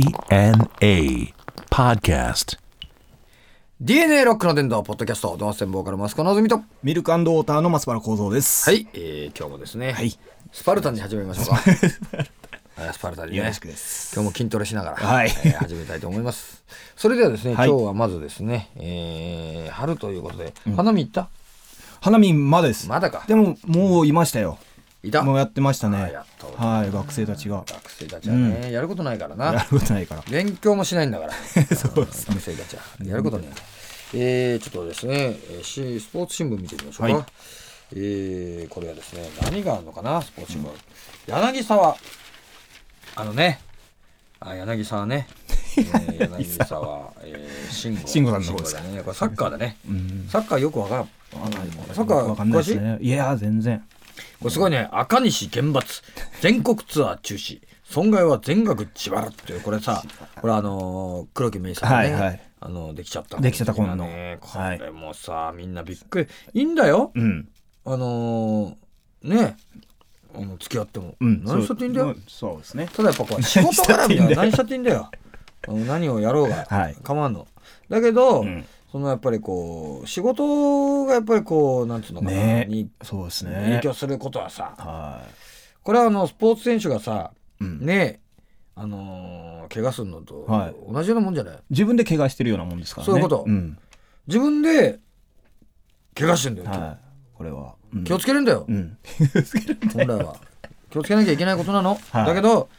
DNA Podcast. DNA ロックの伝道ポッドキャスト、ドアセンボーカルマスコのぞみと。はミルクウォーターの松原幸三です。い、えー、今日もですね、はいスパルタンに始めましょう か。はいスパルタンにね、よろしくです今日も筋トレしながら、はいえー始めたいと思い ます。それではですね、はい今日はまずですね、えー、春ということで、花見行った花見まです。まだかでも、もういましたよ。いたもうやってましたあねやっ。とはい、学生たちが。学生たちはね、やることないからやな。ることないから。勉強もしないんだ から。そうです、学生たちは。やることね。えー、ちょっとですね、えーしスポーツ新聞見てみましょうか。はいえー、これはですね、何があるのかな、スポーツ新聞。柳沢。あのね、あ柳沢ね。え ー柳沢、えー、慎吾。慎吾さんの方ですか慎吾だね。これサッカーだね。うん。サッカーよくわからん。サッカーわかんない詳でしいすね。いやー、全然。これすごいね、赤西厳罰、全国ツアー中止、損害は全額自腹っていう、これさ、これあのー黒木明さんがね、はいはいあのーできちゃった。できちゃったこのね。これもさ、みんなびっくり。いいんだよ、うん。あのーね、あの付き合っても。うん。何したっていいんだうよ。そうですね。ただやっ ぱこう、仕事絡みだよ。何何したっていいんだよ。あの何をやろうが、はい構わんの。だけど、うんそのやっぱりこう、仕事がやっぱりこう、なんつうのかな、ねにそうです影ね。響することはさ、はこれはあのスポーツ選手がさ、い。うん。ねあのー怪我するのとはい同じようなもんじゃない、自分で怪我してるようなもんですからね。そういうことうん。自分で怪我してんだよ、はい。これは。うん気をつけるんだよ、うん。本来 は気をつけなきゃいけないことなの、はいだけど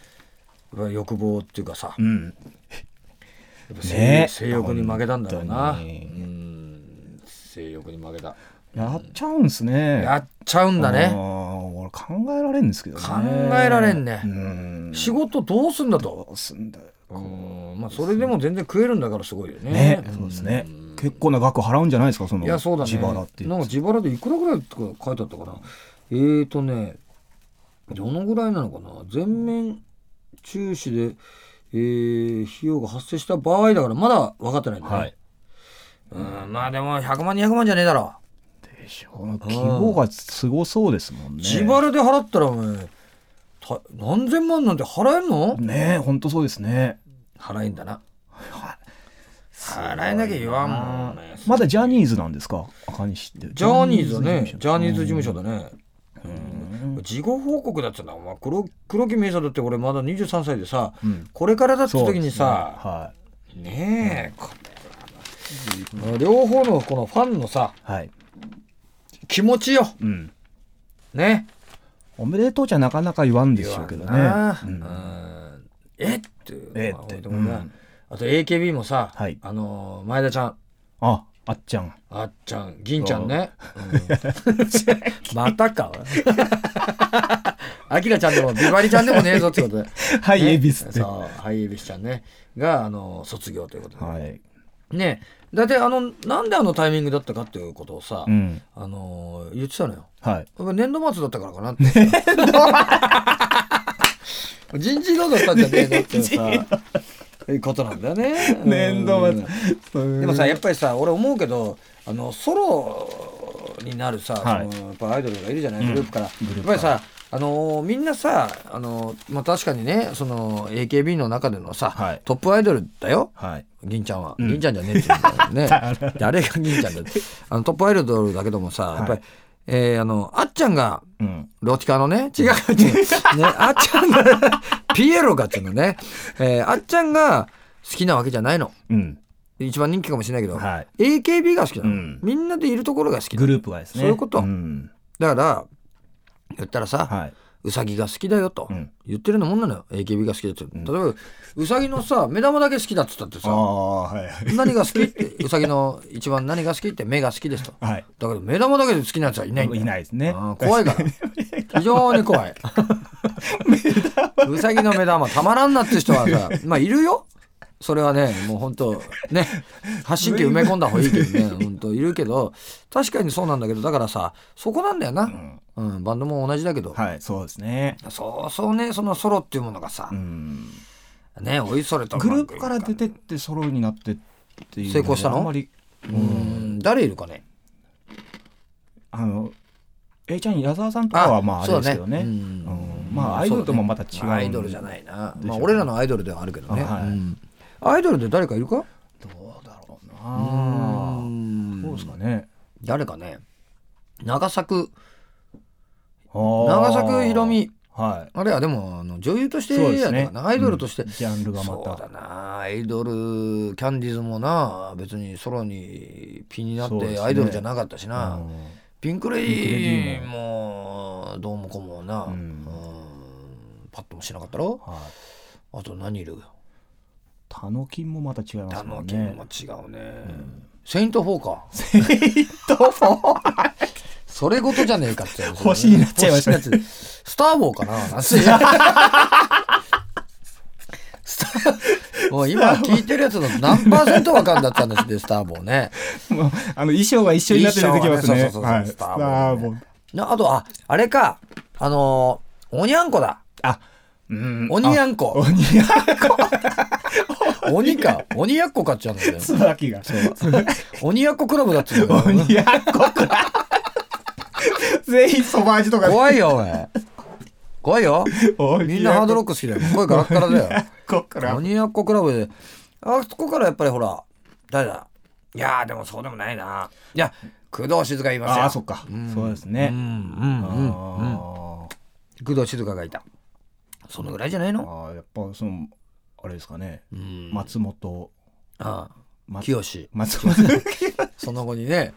やっぱり欲望っていうかさ、うん。やっぱ性ね性欲に負けたんだろうなう本当にん性欲に負けたやっちゃうんすね。やっちゃうんだあーね俺考えられんですけどね。考えられんねうん。仕事どうすんだとどうすんだよ。うんまあそれでも全然食えるんだからすごいよねね、そうですねん。結構な額払うんじゃないですか、そのいやそうだね自腹っていうなんか自腹でいくらぐらいとか書いてあったかなえーとねどのぐらいなのかな全面中止で、えー費用が発生した場合だからまだ分かってないんだね、はいうんまあでも100万200万じゃねえだろ、でしょ。規模がすごそうですもんね。自腹で払ったらお前た何千万なんて払えんのねえ、ほんとそうですね。払えんだ な払えなきゃ言わんもんねまだジャニーズなんですか赤西って。ジャニーズだねジジャニーズ事務所だね事後報告だっつうんだお前黒黒木明さだって俺まだ23歳でさ、うんこれからだってそうです時ねにさはねえ、これはな両方のこのファンのさい。はい。気持ちようん。ねおめでとうじゃなかなか言わんでしょうけどね。なあうんうんえっていうえってまあでもねうんあと AKB もさ、はいあのー前田ちゃんあ、あっちゃん。あっちゃん銀ちゃんね、う んまた かあきらちゃんでもビバリちゃんでもねえぞってことではねい、エビスって。そうは、ハイエビスちゃんね、が、あの、卒業ということで。い。ねだってあの、なんであのタイミングだったかっていうことをさ、うん。あの、言ってたのよ。はい。やっぱ年度末だったからか なってさ。人事異動だったんじゃねえのっていうさ、いうことなんだよね。年度うん末。でもさ、やっぱりさ、俺思うけど、あの、ソロになるさ、はいそのやっぱアイドルがいるじゃない、グループから。グループやっかぱりさ、あのーみんなさ、あのーまあ、確かにね、その AKB の中でのさ、はいトップアイドルだよ。はい。銀ちゃんは、銀ちゃんじゃねえって言うん だよね誰が銀ちゃんだってあのトップアイドルだけどもさ、やっぱり、えーあのあっちゃんがうん。ロティカのね、違う、違うね、あっちゃんがピエロがっていうのね、えーあっちゃんが好きなわけじゃないのうん。一番人気かもしれないけど、はい。 AKB が好きなの、うんみんなでいるところが好きグループがですね。そういうことん。だから言ったらさ、はい。うさぎが好きだよと、うん言ってるのもんなのよ AKB が好きだって、例えばうさぎのさ目玉だけ好きだっつったってあさあ、はい。何が好きってうさぎの一番何が好きって目が好きですとはい。だけど目玉だけで好きなやつはいないんだよいないですね。あー怖いから 非常に 怖いうさぎの目玉たまらんなって人は さまあいるよそれはねもう本当ね発信機埋め込んだ方がいいけどね 本当いるけど確かにそうなんだけどだからさそこなんだよな、うんバンドも同じだけど、はい、そうですね。そうそうねそのソロっていうものがさ、うん。ねおいそれとグループから出てってソロになってっていう。成功したのあんまり、うん誰いるかねあの、A ちゃん、矢沢さんとかはまああれですけどね。そうだうんまあアイドルともまた違う、アイドルじゃないな、でしまょあ、うね俺らのアイドルではあるけどね、あはいうんアイドルで誰かいるかどうだろうなどうですかね誰かね長作長長作ひろみはあれはでもあの女優としいてやったかな、アイドルとして、うんジャンルがまそうだたなアイドルキャンディーズもな別にソロにピンになっそうですてねアイドルじゃなかったしな、うんピンク・レピンクレイディーもどうもこうもな、ううんんパッともしなかったろはいあと何いるタノキンもまた違いまダすもノんキねンも違うね、セイント・フォーかそれごとじゃねえかってやつ星になっちゃいましたね星になっちゃうスター・ウォーかななんつってスターもう今聞いてるやつの何パーセントわかんだったんですねスター・ウォーねもう あの衣装が一緒になって出てきますね衣装がはねいそうスそタうそうーボーなあとああれかあのーおにゃんこだあうんおにやんこおにや 鬼か鬼やっこかっちゃうんだよ つばきが鬼やっこクラブだっつうんだよおにやっこくら全員そば味とか怖いよおい怖いよおみにんなハやーっドロック好きだよ声ガラッガラだ よこくら鬼やっこクラブであそこからやっぱりほら誰だいやーでもそうでもないないや工藤静香言いますよああそっかんそうですうんうねんうんうんあ工藤静香がいたそのぐらいじゃないーのあーやっぱそのあれですかねうん松本ああま清志松本その後に ね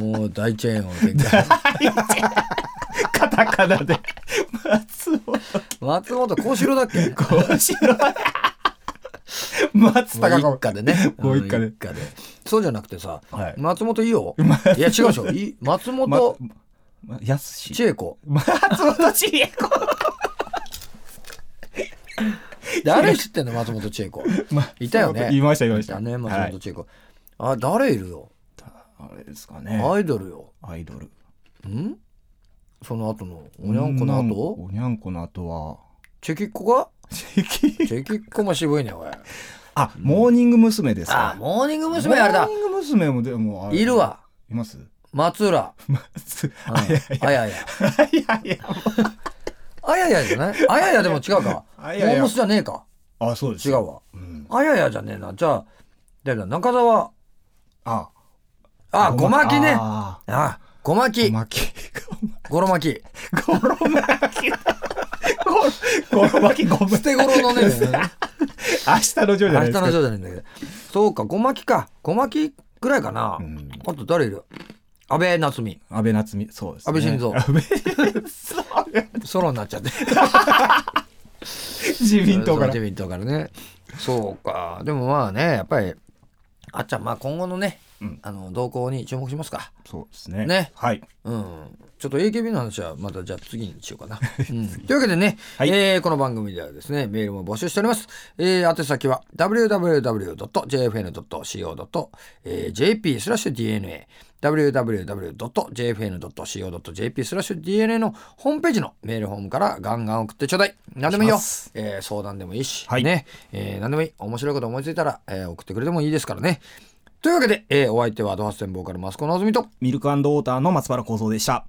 もう大チェーンを展開カタカナで松本松本幸四郎だっ け幸四郎松ご高一子家でね。 ご一家うでんそうじゃなくてさ、はい松本伊 代。いや違うでしょ。い松ま本まやすし千恵 子。松本千恵子誰知ってんの松本千恵 子。いたよねいましたいましただね、松は本い千恵子。あ、誰いるよ。あれですかねアイドルよ。アイドルんその後の、おにゃんこの後おにゃんこの後はチェキっ子がチェキチェキっ子も渋いね、 おい。 あモーニング娘。ですあ、かモーニング娘。あれだモー。ニング娘。もでもあれいるわ。い ます松浦。松うんあいやあやや。いやいやあややじゃないあややでも違うか。モあややームスじゃねえか。あそうです違うわ。うんあややじゃねえな。じゃあ、誰だ、中澤。ああ、ごまきね。ああごまーきご。まきごろまき。ゴロ巻きだ。ゴロゴロ巻きゴム捨。てごろのね。明日のジョーじゃ 明ない日のジョーですか。じゃないん だけど。そうか、ごまきか。ごまきぐらいかな。んあと誰いる安倍夏実。安倍夏実、そうです、ね。安倍晋三安倍晋ソロになっちゃ って。三。自民党から自。民党からね。そうか。でもまあね、やっぱり、あっちゃん、まあ今後のね、うんあの、動向に注目しますか。そうですね。ねはい。うん、ちょっと AKB の話はまたじゃあ次にしようかな。うんというわけでね、はいえーこの番組ではですねメールも募集しております。えー、宛先は www.jfn.co.jp スラッシュ DNA www.jfn.co.jp スラッシュ DNA のホームページのメールフォームからガンガン送ってちょうだい何でもいいよお願いします、えー相談でもいいし、はいね、えー何でもいい面白いこと思いついたら、えー送ってくれてもいいですからねというわけで、えーお相手はドハステンボーカルマスコのあずみとミルクウォーターの松原幸三でした。